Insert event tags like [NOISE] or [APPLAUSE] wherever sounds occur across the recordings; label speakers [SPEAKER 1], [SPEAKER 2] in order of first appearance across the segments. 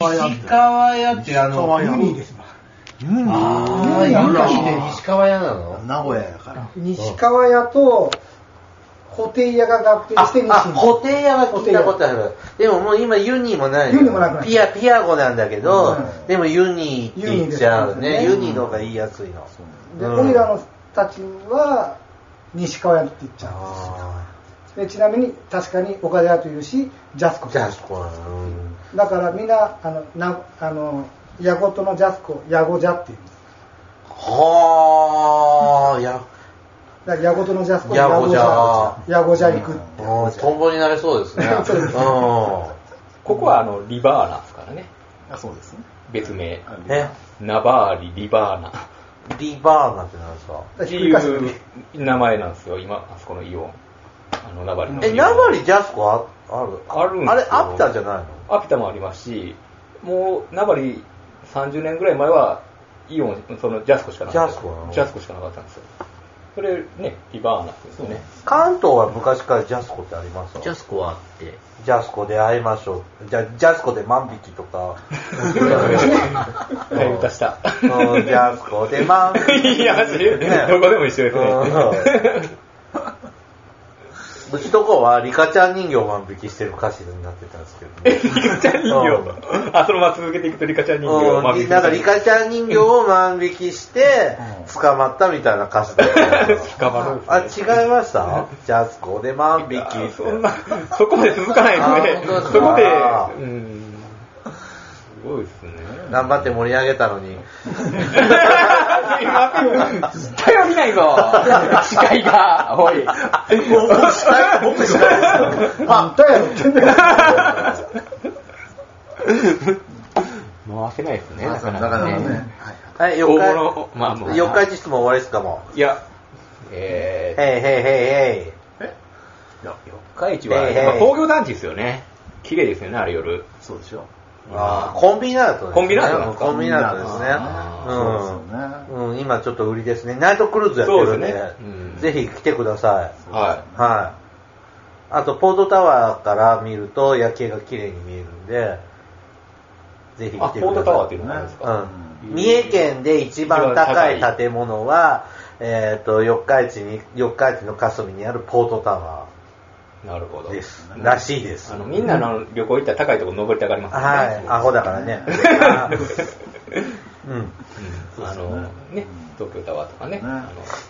[SPEAKER 1] 川屋
[SPEAKER 2] 石川屋ってあの、
[SPEAKER 1] 屋
[SPEAKER 2] 海
[SPEAKER 1] ですわ
[SPEAKER 3] ユニ
[SPEAKER 2] あー、
[SPEAKER 1] 海なん
[SPEAKER 2] 夜
[SPEAKER 1] だ
[SPEAKER 2] にで石川屋なの
[SPEAKER 3] 名古屋やから。
[SPEAKER 1] 西川屋と布袋屋が合併
[SPEAKER 2] あ、
[SPEAKER 1] して西
[SPEAKER 2] あ固定屋は聞いた
[SPEAKER 1] 固
[SPEAKER 2] ことある。でももう今ユニもない。
[SPEAKER 1] ユニもなくなった
[SPEAKER 2] ピア、ピアゴなんだけど、
[SPEAKER 1] うん
[SPEAKER 2] でもユニって言っちゃうね。
[SPEAKER 1] ユ
[SPEAKER 2] ユ
[SPEAKER 1] ニですね
[SPEAKER 2] ニの方が言いやすいの。
[SPEAKER 1] で、
[SPEAKER 2] うん
[SPEAKER 1] 俺らのたちは西川屋って言っちゃうん
[SPEAKER 2] あ
[SPEAKER 1] ですでちなみに確かに岡田屋というしジャスコ
[SPEAKER 2] ーじゃあそこは、うん
[SPEAKER 1] だからみんなあのなあのヤゴとのジャスコヤゴジャっていうんです
[SPEAKER 2] はあ、や、
[SPEAKER 1] だからヤゴとのジャスコ
[SPEAKER 2] ヤゴジャ
[SPEAKER 1] ヤゴジャヤゴジャ行くって
[SPEAKER 2] うんトンボになりそうですね。
[SPEAKER 1] [LAUGHS] そうですね
[SPEAKER 2] う
[SPEAKER 4] ここはあのリバーナですからね
[SPEAKER 3] あ、そうですね。
[SPEAKER 4] 別名
[SPEAKER 3] あ
[SPEAKER 2] ん。ね、
[SPEAKER 4] ナバーリ・リバーナ
[SPEAKER 2] リバーナってなんですか
[SPEAKER 1] だから
[SPEAKER 4] っ
[SPEAKER 1] ひ
[SPEAKER 4] て
[SPEAKER 1] っくり
[SPEAKER 4] い
[SPEAKER 1] 返すね
[SPEAKER 4] う名前なんですよ今あそこのイオンあのナバリの
[SPEAKER 2] え、ナバリジャスコあある
[SPEAKER 4] あるんですよ
[SPEAKER 2] あれ、アピタじゃないの
[SPEAKER 4] アピタもありますしもうナバリ30年ぐらい前はイオンそのジャスコしかなかった
[SPEAKER 2] ジャスコなの
[SPEAKER 4] ジャスコしかなかったんですよそれねリバーナって言うんですよね
[SPEAKER 2] 関東は昔からジャスコってあります
[SPEAKER 5] ジャスコはあって、
[SPEAKER 2] ジャスコで会いましょう。じゃ、ジャスコで万引きとか。
[SPEAKER 4] はい歌した
[SPEAKER 2] うんジャスコで万引
[SPEAKER 4] [LAUGHS] いやマジどこでも一緒ですね
[SPEAKER 2] き。うちとこはリカちゃん人形万引きしてる歌詞になってたんですけど、ね。
[SPEAKER 4] リカちゃん人形あそのまま続けていくとリカちゃん人形をまあ
[SPEAKER 2] うん、なんかリカちゃん人形を万引きして捕まったみたいな歌詞だったよ
[SPEAKER 4] [LAUGHS] [LAUGHS] 捕まるん
[SPEAKER 2] あ違いましたジャスコで万引き
[SPEAKER 4] あそんな、そこまで続かないですね。
[SPEAKER 2] あー
[SPEAKER 4] そこ
[SPEAKER 2] あ
[SPEAKER 4] で、
[SPEAKER 2] ー
[SPEAKER 4] うん。すごいですね。
[SPEAKER 2] 頑張って盛り上げたのに
[SPEAKER 5] 絶対は見ないぞ
[SPEAKER 3] [LAUGHS]
[SPEAKER 5] 視界が、おい。
[SPEAKER 1] あんたやろってね
[SPEAKER 4] 回せないですね。
[SPEAKER 3] な
[SPEAKER 4] な
[SPEAKER 3] か
[SPEAKER 4] か
[SPEAKER 3] な
[SPEAKER 4] な
[SPEAKER 3] か
[SPEAKER 4] か
[SPEAKER 3] ね
[SPEAKER 4] ね。。
[SPEAKER 2] はい
[SPEAKER 4] 大
[SPEAKER 2] 四日
[SPEAKER 4] 物、まあまあ。
[SPEAKER 2] 四日市質問終わりですかも
[SPEAKER 4] いや、え
[SPEAKER 2] うへいへいへいへい
[SPEAKER 4] ー、よ四日市は、
[SPEAKER 2] ええ
[SPEAKER 4] まあ工業団地ですよね。綺麗ですよね、あれ夜。
[SPEAKER 3] そうでしょ。
[SPEAKER 2] あーコンビナートですね
[SPEAKER 4] コンビナートなんですか
[SPEAKER 2] コンビナートですね
[SPEAKER 4] あ
[SPEAKER 3] ーそうです
[SPEAKER 2] うんうん、今ちょっと売りですねナイトクルーズやってるんで
[SPEAKER 4] そうですねうん
[SPEAKER 2] ぜひ来てください
[SPEAKER 4] は
[SPEAKER 2] はいあとポートタワーから見ると夜景が綺麗に見えるんでぜ
[SPEAKER 4] い。
[SPEAKER 2] ひ
[SPEAKER 4] あ、
[SPEAKER 2] 来てください
[SPEAKER 4] ポートタワーっていうのがあるんですか。
[SPEAKER 2] うん、三重県で一番高い建物は、えっ、と、四日市に、四日市の霞にあるポートタワ
[SPEAKER 4] なるほど。
[SPEAKER 2] ーです。らしいです。
[SPEAKER 4] あ
[SPEAKER 2] は
[SPEAKER 4] の、
[SPEAKER 2] い。
[SPEAKER 4] みんなあの旅行行ったら高いところ登りたがりますよね。
[SPEAKER 2] アホだからね。
[SPEAKER 4] [LAUGHS]
[SPEAKER 2] あーうん。
[SPEAKER 4] うんあの、ね、東京タワーとかね、
[SPEAKER 3] ね
[SPEAKER 4] あの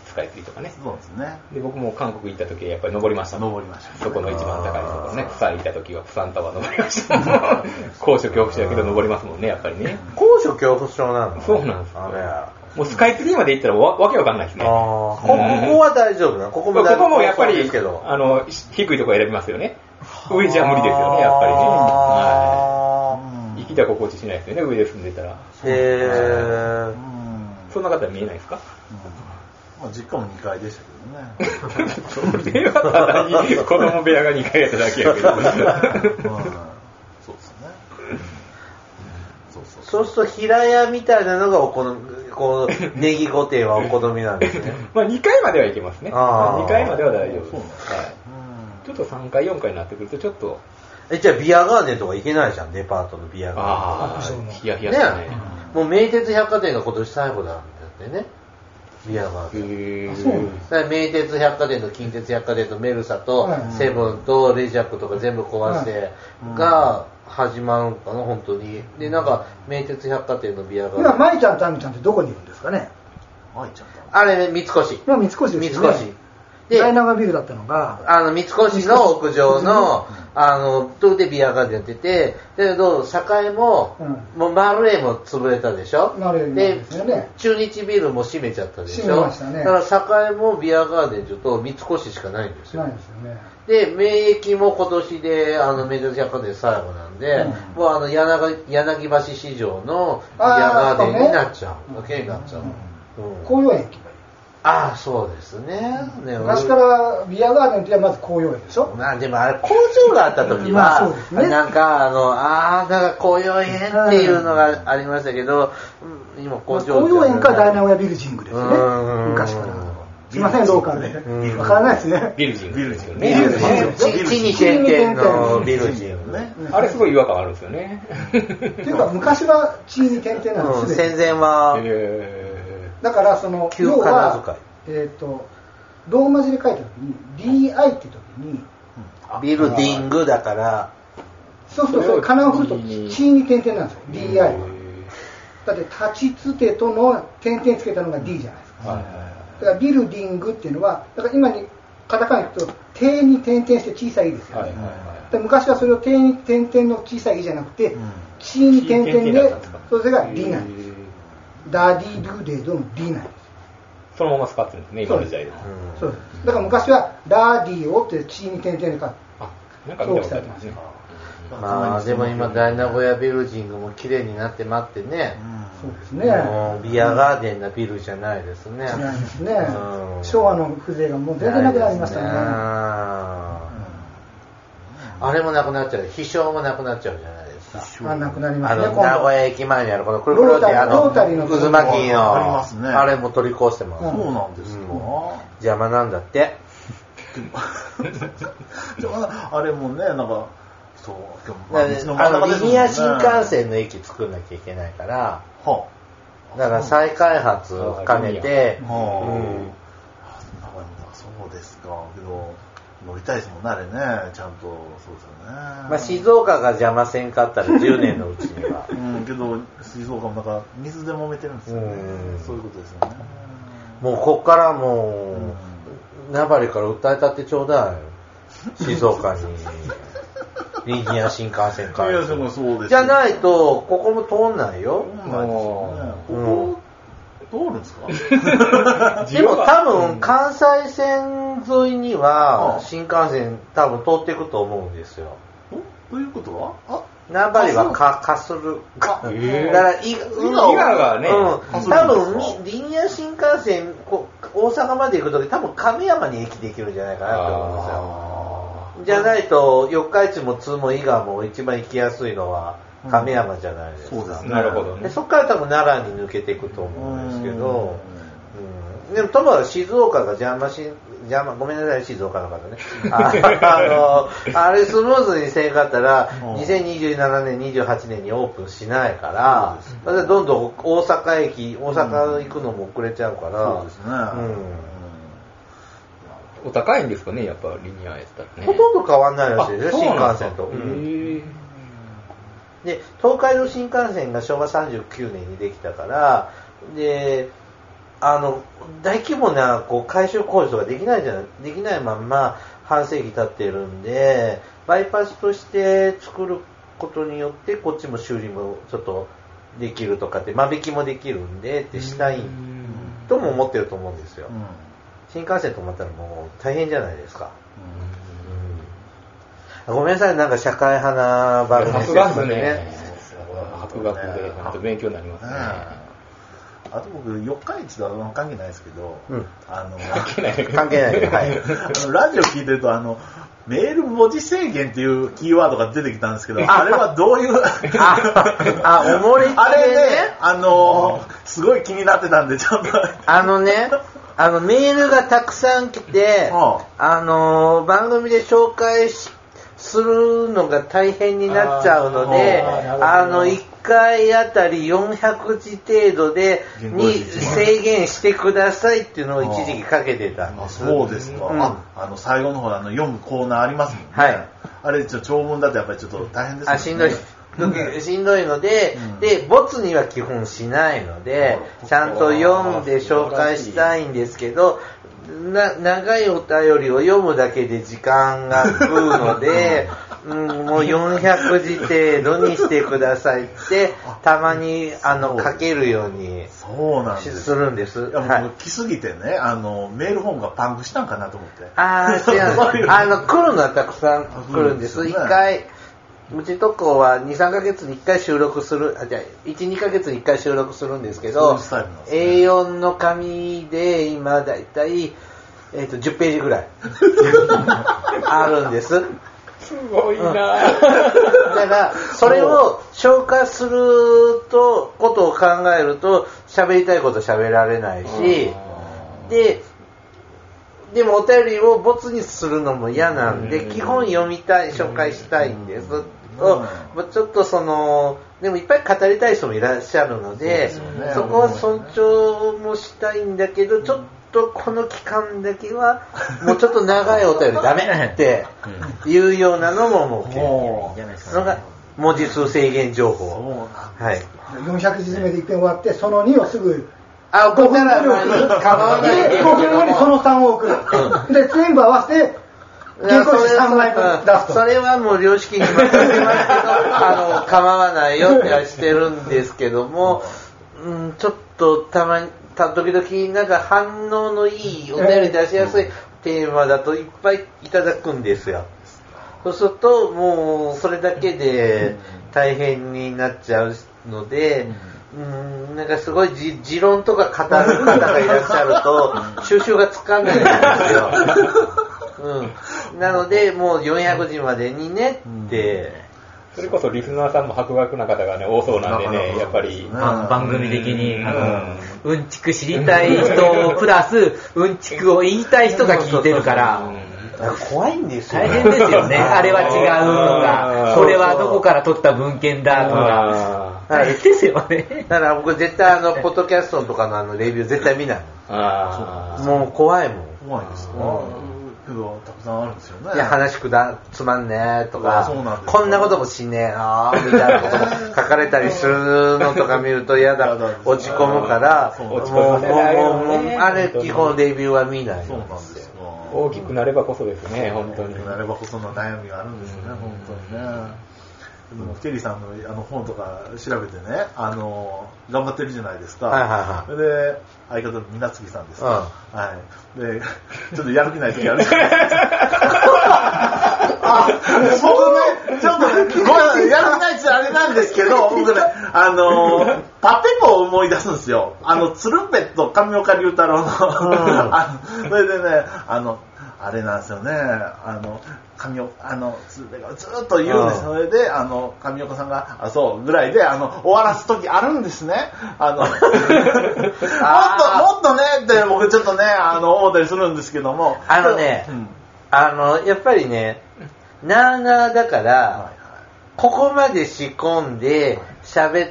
[SPEAKER 4] スカイツリーとかね。
[SPEAKER 3] そうですね。
[SPEAKER 4] で、僕も韓国行った時はやっぱり登りましたもん。
[SPEAKER 3] 登りましたね
[SPEAKER 4] そこの一番高いところね。プサン行った時はプサンタワー登りました。 [LAUGHS] 高所恐怖症やけど登りますもんね、やっぱりね。
[SPEAKER 2] 高所恐怖症なの
[SPEAKER 4] そうなんですよ
[SPEAKER 2] あれ。あ
[SPEAKER 4] もうスカイツリーまで行ったらわわけわかんないで
[SPEAKER 2] ー
[SPEAKER 4] すね。
[SPEAKER 2] こここ
[SPEAKER 4] うん
[SPEAKER 2] は大丈夫なのここ
[SPEAKER 4] こ
[SPEAKER 2] も大丈夫
[SPEAKER 4] こもやっぱ
[SPEAKER 2] で
[SPEAKER 4] り
[SPEAKER 2] すけど。
[SPEAKER 4] あの、低いところ選びますよね。上じゃ無理ですよね、やっぱりね。は
[SPEAKER 2] あ
[SPEAKER 4] い。生きた心地しないですよね、上で住んでたら。
[SPEAKER 2] ーへ
[SPEAKER 3] うん
[SPEAKER 2] ー。
[SPEAKER 4] そんな方は見えないです
[SPEAKER 2] [LAUGHS]
[SPEAKER 4] か
[SPEAKER 3] まあ実家も2階でしたけ
[SPEAKER 4] [LAUGHS] それはただに子供部屋が2階やっただけや
[SPEAKER 2] [LAUGHS]
[SPEAKER 4] けど。
[SPEAKER 3] どね。うんそうですね。そうそう
[SPEAKER 2] そうすると平屋みたいなのがお好み、こ [LAUGHS] う、ネギ御殿はお好みなんですね。
[SPEAKER 4] [LAUGHS] まあ2回までは行けますね。
[SPEAKER 2] あー
[SPEAKER 4] 2回までは大丈
[SPEAKER 3] そ
[SPEAKER 4] 夫
[SPEAKER 3] う
[SPEAKER 4] で。
[SPEAKER 3] なんです
[SPEAKER 4] はい
[SPEAKER 3] うん
[SPEAKER 4] ちょっと3回4回になってくるとちょっと、
[SPEAKER 2] え、じゃあビアガーデンとか行けないじゃん、デパートのビアガ
[SPEAKER 4] ああ、ヒヤヒ
[SPEAKER 2] ーデ
[SPEAKER 4] ヤ
[SPEAKER 2] ン。
[SPEAKER 4] したね
[SPEAKER 2] ね。もう名鉄百貨店が今年最後だみたいなね。ビアガーデン。
[SPEAKER 4] へ
[SPEAKER 1] そうなん
[SPEAKER 4] ー
[SPEAKER 1] で
[SPEAKER 2] だから名鉄百貨店と近鉄百貨店とメルサと
[SPEAKER 1] うん
[SPEAKER 2] セブンとレジャックとか全部壊してが始まるのかな、本当に。で、なんか名鉄百貨店のビアガー
[SPEAKER 1] 今
[SPEAKER 2] デン。
[SPEAKER 1] 舞ちゃんと亜美ちゃんってどこにいるんですかね
[SPEAKER 3] 舞ちゃんだ。
[SPEAKER 2] あれね、三越。
[SPEAKER 1] 今三越
[SPEAKER 2] 三
[SPEAKER 1] です
[SPEAKER 2] 越
[SPEAKER 1] よね。
[SPEAKER 2] で、
[SPEAKER 1] ダイナマビルだったのが
[SPEAKER 2] あの、三越の屋上の、あの、とこでビアガーデンやってて、だけど、栄も、
[SPEAKER 1] うん
[SPEAKER 2] もうマルエも潰れたでしょ
[SPEAKER 1] 丸栄
[SPEAKER 2] で
[SPEAKER 1] ですよね
[SPEAKER 2] 中日ビールも閉めちゃったでしょ
[SPEAKER 1] 閉めましたね
[SPEAKER 2] だから栄もビアガーデンちょっと三越しかないんです
[SPEAKER 1] な
[SPEAKER 2] よ
[SPEAKER 1] い。ですよ
[SPEAKER 2] で、
[SPEAKER 1] ね
[SPEAKER 2] 免疫も今年で、あの、メジャー百貨店最後なんで、もうあの柳、柳橋市場のビアガーデンになっちゃう。だけになっちゃう。うん
[SPEAKER 1] 紅葉駅
[SPEAKER 2] ああ、そうですね。ね
[SPEAKER 1] 昔からビアガーデンといえばまず紅葉園でしょ
[SPEAKER 2] まあでもあれ工場があった時
[SPEAKER 1] まあそ
[SPEAKER 2] は
[SPEAKER 1] うです、ね
[SPEAKER 2] なんかあのあーなんか紅葉園っていうのがありましたけど、うん今工場
[SPEAKER 1] 紅葉園かダイナマビルジングですね
[SPEAKER 2] うん
[SPEAKER 1] 昔からすいません、ローカルで。
[SPEAKER 2] うん
[SPEAKER 1] わからないですね。
[SPEAKER 4] ビルジングですよ
[SPEAKER 1] ビル
[SPEAKER 4] ね。
[SPEAKER 1] ジン
[SPEAKER 2] 地
[SPEAKER 1] グ
[SPEAKER 2] 地に点々のビルジンね
[SPEAKER 3] ね。
[SPEAKER 4] あれすごい違和感あるんですよね。
[SPEAKER 1] っていうか、昔は地に点々なん
[SPEAKER 2] う
[SPEAKER 1] で
[SPEAKER 2] ん
[SPEAKER 1] す、すで
[SPEAKER 2] 戦
[SPEAKER 1] に
[SPEAKER 2] 前は、
[SPEAKER 4] え
[SPEAKER 1] だから、その、
[SPEAKER 2] 旧
[SPEAKER 1] 要
[SPEAKER 2] 仮名
[SPEAKER 1] は
[SPEAKER 2] 遣い、
[SPEAKER 1] えっと、ローマ字で書いた時に、DI って時に、
[SPEAKER 2] ビルディングだから、
[SPEAKER 1] そうすると、それ仮名を振ると、地に点々なんですよ、DI
[SPEAKER 4] ー
[SPEAKER 1] は。だって、立ちつてとの点々つけたのが D じゃないですか。
[SPEAKER 4] はいはいは
[SPEAKER 1] だからビルディングっていうのは、だから今にカタカナで言うと、定に点々して小さいですよ
[SPEAKER 4] いはい
[SPEAKER 1] ね。
[SPEAKER 4] は
[SPEAKER 1] で昔はそれを定に点々の小さいじゃなくて、
[SPEAKER 3] うん
[SPEAKER 1] 地に点々
[SPEAKER 4] 地に点々
[SPEAKER 1] で
[SPEAKER 4] だったんですか、
[SPEAKER 1] それが
[SPEAKER 4] い。
[SPEAKER 1] ディなんです。
[SPEAKER 4] えー
[SPEAKER 1] ダディ・ドゥ・デドのディなんです。
[SPEAKER 4] そのまま使ってるんですね、今の時代でも。
[SPEAKER 2] うん
[SPEAKER 1] そうです。だから昔は、ダディをって地に点々で書く。
[SPEAKER 4] あ、なんか見たことありますね。
[SPEAKER 2] まあ、でも今、大名古屋ビルジングも綺麗になって待ってね、
[SPEAKER 1] そうですね。
[SPEAKER 2] もうビアガーデンなビルじゃないですね。
[SPEAKER 1] 違いますね
[SPEAKER 2] う。ん
[SPEAKER 1] 昭和の風情がもう全然なくなりました
[SPEAKER 2] ないですね
[SPEAKER 1] ね。
[SPEAKER 2] あれもなくなっちゃう。飛翔もなくなっちゃうじゃないですか。
[SPEAKER 1] あ、なくなり
[SPEAKER 2] あ
[SPEAKER 1] ますね、
[SPEAKER 2] の、名古屋駅前にある、このくるく
[SPEAKER 1] ロ
[SPEAKER 2] る
[SPEAKER 1] ー
[SPEAKER 2] って、
[SPEAKER 1] タリー
[SPEAKER 2] あの、
[SPEAKER 1] ロータリーの
[SPEAKER 2] 渦巻き
[SPEAKER 3] ありますね
[SPEAKER 2] の、あれも取り越してます。
[SPEAKER 1] うん
[SPEAKER 3] そうなんですか、
[SPEAKER 2] 邪魔なんだって。
[SPEAKER 3] でもあれもねなんかそうでもま
[SPEAKER 2] あ
[SPEAKER 3] あ道の真ん
[SPEAKER 2] の、
[SPEAKER 3] 中ですも
[SPEAKER 2] リ
[SPEAKER 3] んね
[SPEAKER 2] ニア新幹線の駅作んなきゃいけないから、
[SPEAKER 3] は
[SPEAKER 2] だから再開発を兼ねて
[SPEAKER 3] あ、
[SPEAKER 2] う
[SPEAKER 3] はあ、
[SPEAKER 2] ん
[SPEAKER 3] あそんなことないそうですかけど乗りたいですもんねあれねちゃんとそうですよね
[SPEAKER 2] まあ、静岡が邪魔せんかったら10年のうちには。
[SPEAKER 3] うんけど静岡もなんか水で揉めてるんですよね
[SPEAKER 2] うん
[SPEAKER 3] そういうことですよね
[SPEAKER 2] もうこっからもう、名張から訴えたってちょうだい。静
[SPEAKER 3] [LAUGHS]
[SPEAKER 2] 岡に。リニア新幹線か
[SPEAKER 3] い
[SPEAKER 2] ら
[SPEAKER 3] やでもそうですよ
[SPEAKER 2] じゃないと、ここも通んないよ。
[SPEAKER 3] そうなんですよね
[SPEAKER 2] うん
[SPEAKER 3] ここ通るんですか
[SPEAKER 2] でも多分、関西線沿いには、新幹線多分通っていくと思うんですよ。
[SPEAKER 3] おということはあ
[SPEAKER 2] 名張はか、かする。 [LAUGHS] だか
[SPEAKER 4] えー
[SPEAKER 2] ら、い、うの
[SPEAKER 4] 伊賀がね
[SPEAKER 2] うん。多
[SPEAKER 3] かするんです
[SPEAKER 2] 分、リニア新幹線、こう大阪まで行くとき、多分亀山に駅できるんじゃないかなと思うんですよ。
[SPEAKER 4] あ
[SPEAKER 2] じゃないと、四日市も津も伊賀も一番行きやすいのは亀山じゃないですか。
[SPEAKER 3] そうです
[SPEAKER 4] ー
[SPEAKER 3] ね
[SPEAKER 4] なるほど
[SPEAKER 2] で
[SPEAKER 4] ね。
[SPEAKER 2] そこから多分奈良に抜けていくと思うんですけど、うんでも、ともかく静岡が邪魔し、邪魔、ごめんなさい、静岡の方
[SPEAKER 3] [LAUGHS]
[SPEAKER 2] ね。ああの、あれスムーズにせんかったら、
[SPEAKER 3] うん
[SPEAKER 2] 2027年、28年にオープンしないから、またどんどん大阪駅、大阪行くのも遅れちゃうから、
[SPEAKER 3] そうですね、
[SPEAKER 4] お高いんですかね、やっぱリニアやったら
[SPEAKER 2] うん
[SPEAKER 4] ね。
[SPEAKER 2] ほとんど変わんないらしいです
[SPEAKER 4] あ
[SPEAKER 2] よ、
[SPEAKER 4] そう
[SPEAKER 2] 新
[SPEAKER 4] なん
[SPEAKER 2] 幹
[SPEAKER 4] ですか
[SPEAKER 2] 線と。うん
[SPEAKER 4] へー
[SPEAKER 2] で東海道新幹線が昭和39年にできたからであの大規模なこう改修工事とかできないじゃないできないまんま半世紀経ってるんでバイパスとして作ることによってこっちも修理もちょっとできるとかって間引きもできるんでってしたいとも思ってると思うんですよ
[SPEAKER 3] うんうん
[SPEAKER 2] 新幹線止まったらもう大変じゃないですかごめんなさいなんか社会派な番組
[SPEAKER 4] さ
[SPEAKER 2] です
[SPEAKER 4] す
[SPEAKER 2] よ
[SPEAKER 4] がですね
[SPEAKER 2] ね。
[SPEAKER 4] 博学で、本当勉強になります
[SPEAKER 3] ね
[SPEAKER 4] ね。
[SPEAKER 3] えあと僕四日市とはあんま関係ないですけど、
[SPEAKER 2] うん
[SPEAKER 3] あの
[SPEAKER 4] 関係ないね。
[SPEAKER 2] 関係ないけどはい
[SPEAKER 3] あのラジオ聞いてるとあのメール文字制限っていうキーワードが出てきたんですけど、あれはどういう、
[SPEAKER 2] ああおもれきでね
[SPEAKER 3] あれね、あのーすごい気になってたんで、ちょっと、
[SPEAKER 2] あのね、あのメールがたくさん来て、
[SPEAKER 3] うん
[SPEAKER 2] あのー番組で紹介しするのが大変になっちゃうので、
[SPEAKER 3] あーなるほど
[SPEAKER 2] あの1回あたり400字程度で
[SPEAKER 3] 原稿用
[SPEAKER 2] に
[SPEAKER 3] 紙一枚
[SPEAKER 2] 制限してくださいっていうのを一時期かけてたんで
[SPEAKER 3] あ
[SPEAKER 2] す。
[SPEAKER 3] そうですか、
[SPEAKER 2] うん
[SPEAKER 3] ああの最後の方であの読むコーナーありますもんね、
[SPEAKER 2] はい
[SPEAKER 3] あれちょ長文だとやっぱりちょっと大変ですも
[SPEAKER 2] あ
[SPEAKER 3] ね
[SPEAKER 2] しんどい時 [LAUGHS] しんどいので、
[SPEAKER 3] うん
[SPEAKER 2] でボツには基本しないので、ちゃんと読んで紹介したいんですけどな長いお便りを読むだけで時間が食うので、うん、もう400字程度にしてくださいってたまにあの書けるように
[SPEAKER 3] そうなん
[SPEAKER 2] し
[SPEAKER 3] です
[SPEAKER 2] するんです。
[SPEAKER 3] いや
[SPEAKER 2] はい
[SPEAKER 3] もう来すぎてね、あのメールフォームがパンクしたんかなと思って。
[SPEAKER 2] ああ、
[SPEAKER 3] [LAUGHS]
[SPEAKER 2] 違うんです。あの、来るのはたくさん来るんで
[SPEAKER 3] あ来
[SPEAKER 2] す。一
[SPEAKER 3] るんですね
[SPEAKER 2] 回、うちとこは2、3ヶ月に1回収録する、あ、じゃあ1、2ヶ月に1回収録するんですけ
[SPEAKER 3] そうい
[SPEAKER 2] ど、
[SPEAKER 3] うスタイルなんですね
[SPEAKER 2] A4 の紙で今だいたい、えっ、と、10ペー
[SPEAKER 3] [LAUGHS]
[SPEAKER 2] ジぐらいあるんです。
[SPEAKER 4] すごい
[SPEAKER 2] だ
[SPEAKER 4] な
[SPEAKER 2] から、それを消化すると、ことを考えると、喋りたいこと喋られないし、で、でもお便りをボツにするのも嫌なんで、
[SPEAKER 4] うん
[SPEAKER 2] 基本読みたい、紹介したいんです。を
[SPEAKER 3] う
[SPEAKER 2] ちょっとその、でもいっぱい語りたい人もいらっしゃるので、そ
[SPEAKER 3] そうですよね
[SPEAKER 2] こは尊重もしたいんだけど、ちょっとこの期間だけは、もうちょっと長いお便りダメっていうようなのももう結
[SPEAKER 3] もういいじゃないです
[SPEAKER 2] それが文字数制限情報。
[SPEAKER 3] そうなん
[SPEAKER 2] はい。
[SPEAKER 1] 400字詰めで一遍終わって、その2をすぐ
[SPEAKER 2] あ、怒ったら、
[SPEAKER 1] 5分後に [LAUGHS] 送る
[SPEAKER 2] 構わないけ
[SPEAKER 1] で
[SPEAKER 2] れ
[SPEAKER 1] 5
[SPEAKER 2] ども
[SPEAKER 1] 分後にその3を送る。で、全部合わせて、原稿紙3枚分出すと。
[SPEAKER 2] それはもう良識に任せますけど、あの、構わないよってはしてるんですけど
[SPEAKER 1] [LAUGHS]
[SPEAKER 2] も、うん、ちょっとたまに、た時々なんか反応のいいお便り出しやすいテーマだといっぱいいただくんですよ。そうすると、もうそれだけで大変になっちゃうので、うん、なんかすごいじ持論とか語る方がいらっしゃると、収集がつかないんですよ。うん、なので、もう400時までにねって、
[SPEAKER 4] それこそリスナーさんも博学な方がね、多そうなんで
[SPEAKER 3] なかな
[SPEAKER 4] ね、
[SPEAKER 3] か
[SPEAKER 4] やっぱり。
[SPEAKER 3] うん
[SPEAKER 6] あの番組的に、
[SPEAKER 4] うん
[SPEAKER 6] あの、うんちく知りたい人プラス、うんちくを言いたい人が聞いてるから、
[SPEAKER 2] なんか怖いんですよ、
[SPEAKER 6] 大変ですよね。あれは違うと
[SPEAKER 4] う
[SPEAKER 6] か、
[SPEAKER 4] ん
[SPEAKER 6] これはどこから取った文献だとか、
[SPEAKER 4] あ
[SPEAKER 2] は
[SPEAKER 6] 大
[SPEAKER 2] い
[SPEAKER 6] 変ですよね。
[SPEAKER 2] だから僕絶対あの、ポッドキャストとかのあの、レビュー絶対見ない
[SPEAKER 4] ーあー。
[SPEAKER 2] もう怖いもん。
[SPEAKER 3] 怖いですよね。けど、たくさんあるんですよね。
[SPEAKER 2] いや、話くだ、つまんねえと
[SPEAKER 3] あ
[SPEAKER 2] か
[SPEAKER 3] そうなんです、か
[SPEAKER 2] こんなこともしねえなみたいなことも書かれたりするのとか見ると嫌だ
[SPEAKER 3] 嫌なんで、す
[SPEAKER 2] 落ち込むから、
[SPEAKER 3] そう
[SPEAKER 2] もう、
[SPEAKER 4] 落ち
[SPEAKER 2] もう、
[SPEAKER 4] 込ませないよ
[SPEAKER 2] もう、
[SPEAKER 4] ね
[SPEAKER 2] もうあれ基本レビューは見ない。
[SPEAKER 3] そうなんですよ。
[SPEAKER 4] 大きくなればこそですね、本当に。
[SPEAKER 3] なればこその悩みがあるんですよね、本当にね。でも、ケリーさんのあの本とか調べてね、あの、頑張ってるじゃないですか。
[SPEAKER 2] はいはいはい
[SPEAKER 3] それで、相方のみなつぎさんですか。はい。で、ちょっとやる気ない時あるじゃないですか。あ、僕ね、ちょっとね、ごめんなさい、やる気ない時あれなんですけ [LAUGHS] ど、僕ね、あの、パペコを思い出すんですよ。あの、鶴瓶と上岡龍太郎の、 [LAUGHS] あのそれでね、あの、あれなんですよね、あの、上岡、あの、鶴瓶がずっと言うんですよ。それで、あの、上岡さんが、あ、そう、ぐらいで、あの、終わらす時あるんですね。あ [LAUGHS] の、もっと、もっとね、って僕ちょっとね、あの、思ったりするんですけども。
[SPEAKER 2] あのね
[SPEAKER 3] うん
[SPEAKER 2] あの、やっぱりね、なあなあだか
[SPEAKER 3] はいは
[SPEAKER 2] ら
[SPEAKER 3] い、
[SPEAKER 2] ここまで仕込んで、喋っ、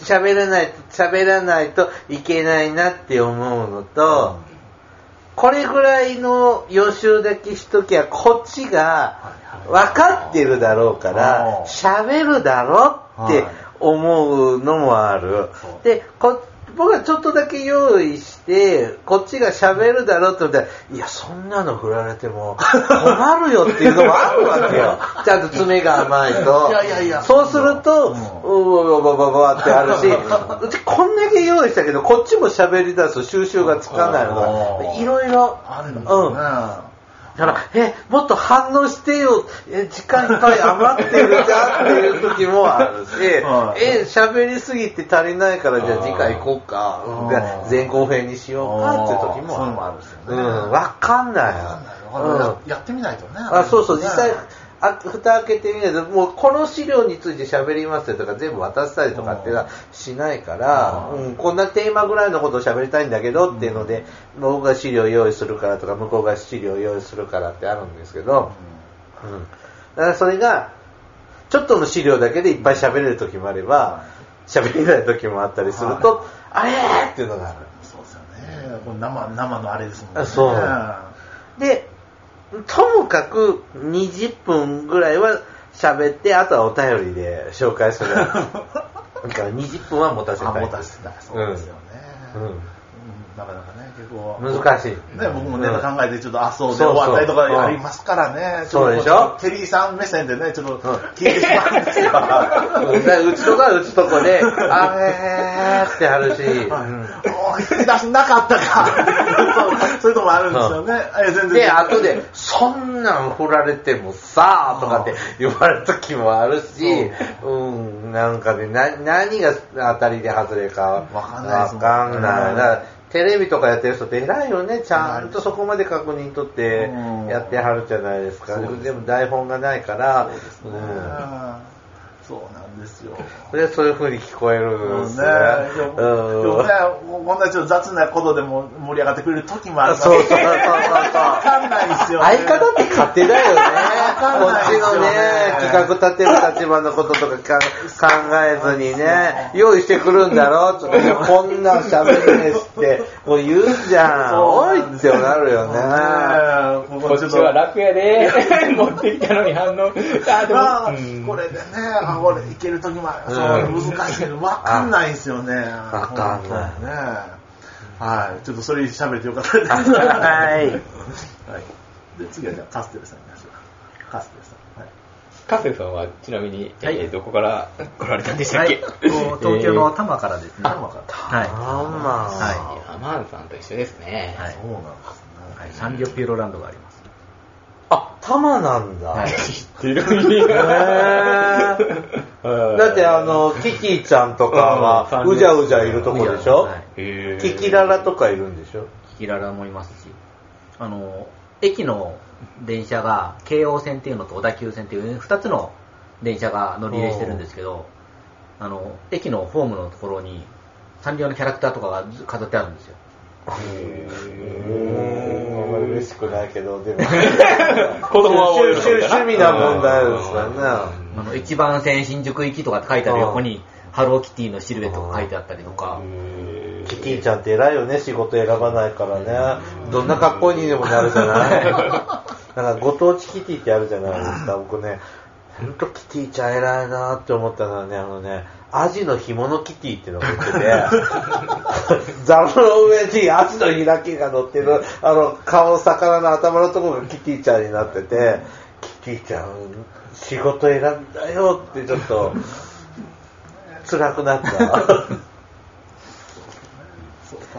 [SPEAKER 2] 喋らない、喋らないといけないなって思うのと、これぐらいの予習だけしときゃ、こっちが分かってるだろうから
[SPEAKER 3] あ、
[SPEAKER 2] 喋るだろって思うのもある。
[SPEAKER 3] そう
[SPEAKER 2] で、こ僕はちょっとだけ用意して、こっちが喋るだろうって思ったら、いや、そんなの振られても困るよっていうのもあるわけ
[SPEAKER 3] [LAUGHS]
[SPEAKER 2] よ。ちゃんと爪が甘いと。
[SPEAKER 3] いやいやいや
[SPEAKER 2] そうすると、う
[SPEAKER 3] うん
[SPEAKER 2] わわわわわってある
[SPEAKER 3] [LAUGHS]
[SPEAKER 2] し、うちこんだけ用意したけど、こっちも喋り出すと収集がつかないのが、
[SPEAKER 3] あー
[SPEAKER 2] いろいろ。
[SPEAKER 3] あるんですよ
[SPEAKER 2] うん
[SPEAKER 3] ね。
[SPEAKER 2] だから、え、もっと反応してよ、え、時間いっぱい余ってるじゃんっていう時もあるし、
[SPEAKER 3] [LAUGHS] はい
[SPEAKER 2] え、喋りすぎて足りないから、じゃあ次回行こうか、うんじゃあ前後編にしようかっていう時も
[SPEAKER 3] そういうのもあるんですよ
[SPEAKER 2] う
[SPEAKER 3] ね
[SPEAKER 2] ん、わかんない。うん
[SPEAKER 3] やってみないとね。
[SPEAKER 2] あそうそう、実際
[SPEAKER 3] ね、
[SPEAKER 2] あ蓋開けてみないと、もうこの資料について喋りますよとか、全部渡したりとかっていうのはしないから、
[SPEAKER 3] うん
[SPEAKER 2] うん、こんなテーマぐらいのことを喋りたいんだけどっていうので、僕が資料用意するからとか、向こうが資料用意するからってあるんですけど、うん、だからそれが、ちょっとの資料だけでいっぱい喋れる時もあれば、喋れない時もあったりすると、あれーっていうのがある。
[SPEAKER 3] そうですよね。これ生生のあれですもん
[SPEAKER 2] あ
[SPEAKER 3] ね。
[SPEAKER 2] そう
[SPEAKER 3] は
[SPEAKER 2] で、ともかく20分ぐらいは喋って、あとはお便りで紹介
[SPEAKER 3] [LAUGHS]
[SPEAKER 2] する。だから20分は持た
[SPEAKER 3] い
[SPEAKER 2] せたい。
[SPEAKER 3] あ持たせた。そうですよね。
[SPEAKER 2] うん
[SPEAKER 3] うんなかなかね、結構。
[SPEAKER 2] 難しい。
[SPEAKER 3] ね、僕もね、
[SPEAKER 2] うん
[SPEAKER 3] 考えてちょっと、あ、そうで
[SPEAKER 2] そうそう
[SPEAKER 3] 終わったりとかありますからね。ちょっと
[SPEAKER 2] そうでしょ
[SPEAKER 3] テリーさん目線でね、ちょっと
[SPEAKER 2] ん
[SPEAKER 3] 聞いてしまうんですよ。
[SPEAKER 2] うんだからうちと [LAUGHS] かはうちとこで、あれーってあるし、
[SPEAKER 3] はいおー引き出しなかったか [LAUGHS] そうそういうとこもあるんですよね。あいや全然
[SPEAKER 2] で、後で、そんなん振られてもさあとかって言われる時もあるし、うん、なんかね、な何が当たりで外れか
[SPEAKER 3] わかんないですもん
[SPEAKER 2] わかんない。
[SPEAKER 3] うん
[SPEAKER 2] だからテレビとかやってる人って偉いよね、ちゃんとそこまで確認取って
[SPEAKER 3] うん
[SPEAKER 2] やってはるじゃないですか。
[SPEAKER 3] そう
[SPEAKER 2] で
[SPEAKER 3] です
[SPEAKER 2] も台本がないから、う
[SPEAKER 3] うん
[SPEAKER 2] ん。
[SPEAKER 3] そそうなんですよ。
[SPEAKER 2] で、そういう風に聞こえるん
[SPEAKER 3] う
[SPEAKER 2] で
[SPEAKER 3] んね
[SPEAKER 2] す
[SPEAKER 3] で
[SPEAKER 2] ね。
[SPEAKER 3] もで
[SPEAKER 2] うん
[SPEAKER 3] もね、こんなちょっと雑なことでも盛り上がってくれる時もあるから
[SPEAKER 2] [LAUGHS] そうそうそうそうそう
[SPEAKER 3] わかんないですよね。
[SPEAKER 2] 相方って勝手だよね。 [LAUGHS] こ
[SPEAKER 3] わかんな
[SPEAKER 2] っ
[SPEAKER 3] い
[SPEAKER 2] ち
[SPEAKER 3] です
[SPEAKER 2] の
[SPEAKER 3] よ
[SPEAKER 2] ね
[SPEAKER 3] ね、
[SPEAKER 2] [LAUGHS] 企画立てる立場のこととかか考えずに [LAUGHS] ね、用意してくるんだろ [LAUGHS] ちょっとねこんなん喋んねえしって、こう言うじゃん。おいってなるよね。
[SPEAKER 3] ね。こ
[SPEAKER 4] こ
[SPEAKER 3] こ
[SPEAKER 4] っ
[SPEAKER 3] ちょっ
[SPEAKER 4] ち
[SPEAKER 3] と
[SPEAKER 4] は楽 [LAUGHS] やで、持ってきたのに反応。あー、でも、
[SPEAKER 3] まあ
[SPEAKER 4] うん、
[SPEAKER 3] これでね、あ、これいける時もある
[SPEAKER 2] うん
[SPEAKER 3] そう難しいけど、わかんないですよね。
[SPEAKER 2] わかんない
[SPEAKER 3] 本当にね。はい。ちょっとそれ喋れてよかったです。
[SPEAKER 2] はい
[SPEAKER 3] はい。で、次はじゃあ、カステルさんに行きましょうか。カステルさん。はい。
[SPEAKER 4] カセさんはちなみに、えー
[SPEAKER 5] はい
[SPEAKER 4] どこから来られたんでした
[SPEAKER 5] は
[SPEAKER 4] っ
[SPEAKER 5] い
[SPEAKER 4] け、
[SPEAKER 5] こう東京の多摩からですね。
[SPEAKER 3] あ多摩から
[SPEAKER 5] はい。
[SPEAKER 2] あんま
[SPEAKER 5] は
[SPEAKER 4] アマンさんと一緒ですね。
[SPEAKER 5] はい
[SPEAKER 3] そうなんですね。
[SPEAKER 5] はいサンリオピューロランドがあります。
[SPEAKER 2] あ、タマなんだ
[SPEAKER 5] はい。
[SPEAKER 4] っていう
[SPEAKER 2] へ [LAUGHS] だってあ、の、キキちゃんとかは、
[SPEAKER 4] うん
[SPEAKER 2] うじゃうじゃいるとこでしょ
[SPEAKER 5] はい
[SPEAKER 4] へー
[SPEAKER 2] キキララとかいるんでしょ
[SPEAKER 5] キキララもいますし、あの、駅の電車が、京王線っていうのと小田急線っていう2つの電車が乗り入れしてるんですけど、あの、駅のホームのところに、サンリオのキャラクターとかがず飾ってあるんですよ。
[SPEAKER 2] あんまり嬉しくないけど、でも。
[SPEAKER 4] 子供は
[SPEAKER 2] [LAUGHS] 趣趣趣味な問題ですからね。
[SPEAKER 5] あの、1番線新宿行きとかって書いてある横に、ハローキティのシルエットが書いてあったりとか、
[SPEAKER 2] キティちゃんって偉いよね、仕事選ばないからね。どんな格好にでもなるじゃない。なんかご当地キティってあるじゃないですか、僕ね。ほんとキティちゃん偉いなって思ったのはね、あのね、アジの干物キティってのが売ってて、ザルの上にアジの開きが乗ってる、あの、顔、魚の頭のところがキティちゃんになってて、キティちゃん、仕事選んだよってちょっと、辛くなった。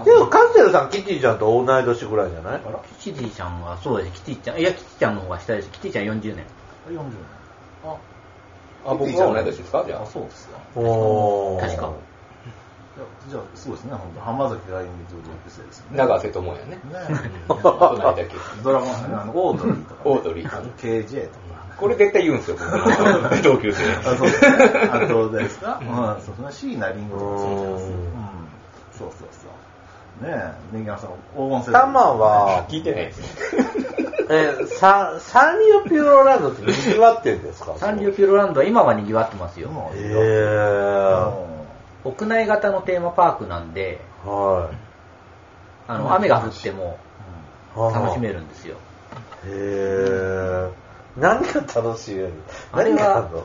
[SPEAKER 2] でもカンセルさんキティちゃんと同い年ぐらいじゃない
[SPEAKER 5] キティちゃんはそうですね、キティちゃん、いや、キティちゃんの方が下です。キティちゃん40年。
[SPEAKER 3] 40年。あ、
[SPEAKER 4] あ、僕は同い年ですかじゃ
[SPEAKER 3] あ
[SPEAKER 4] あ。
[SPEAKER 3] そうですよ。
[SPEAKER 2] おー
[SPEAKER 5] 確か。
[SPEAKER 3] いやじゃあ、そうですね、本当浜崎あゆみと同級生ですよね。
[SPEAKER 4] 長瀬智也ね。
[SPEAKER 3] ね
[SPEAKER 4] あと何だっけ
[SPEAKER 3] ドラゴンあの、オードリーとか、
[SPEAKER 4] オードリー
[SPEAKER 3] あの KJ とか。
[SPEAKER 4] これ絶対言うんですよ、僕の同級生。
[SPEAKER 3] あ、そうですね。あと、誰ですかうん、そうですね。椎名林檎とかそうじゃないですか。うん。
[SPEAKER 2] うん
[SPEAKER 3] そうそうそう。ねえ、ネギさん、黄金世代。
[SPEAKER 2] タマは、
[SPEAKER 4] [LAUGHS] 聞いてないです。
[SPEAKER 2] え、ササンリオピューロランドって賑わってんですか
[SPEAKER 5] サンリオピューロランドは今は賑わってますよ。
[SPEAKER 3] もう
[SPEAKER 2] へ
[SPEAKER 3] いいよ
[SPEAKER 2] ー。
[SPEAKER 5] 屋内型のテーマパークなんで、
[SPEAKER 2] は
[SPEAKER 5] あの雨が降っても
[SPEAKER 2] い。
[SPEAKER 5] 楽しめ
[SPEAKER 2] る。
[SPEAKER 5] るんですよ。
[SPEAKER 2] へー。何が楽しいの
[SPEAKER 5] あれ
[SPEAKER 2] 何
[SPEAKER 5] は
[SPEAKER 2] があるの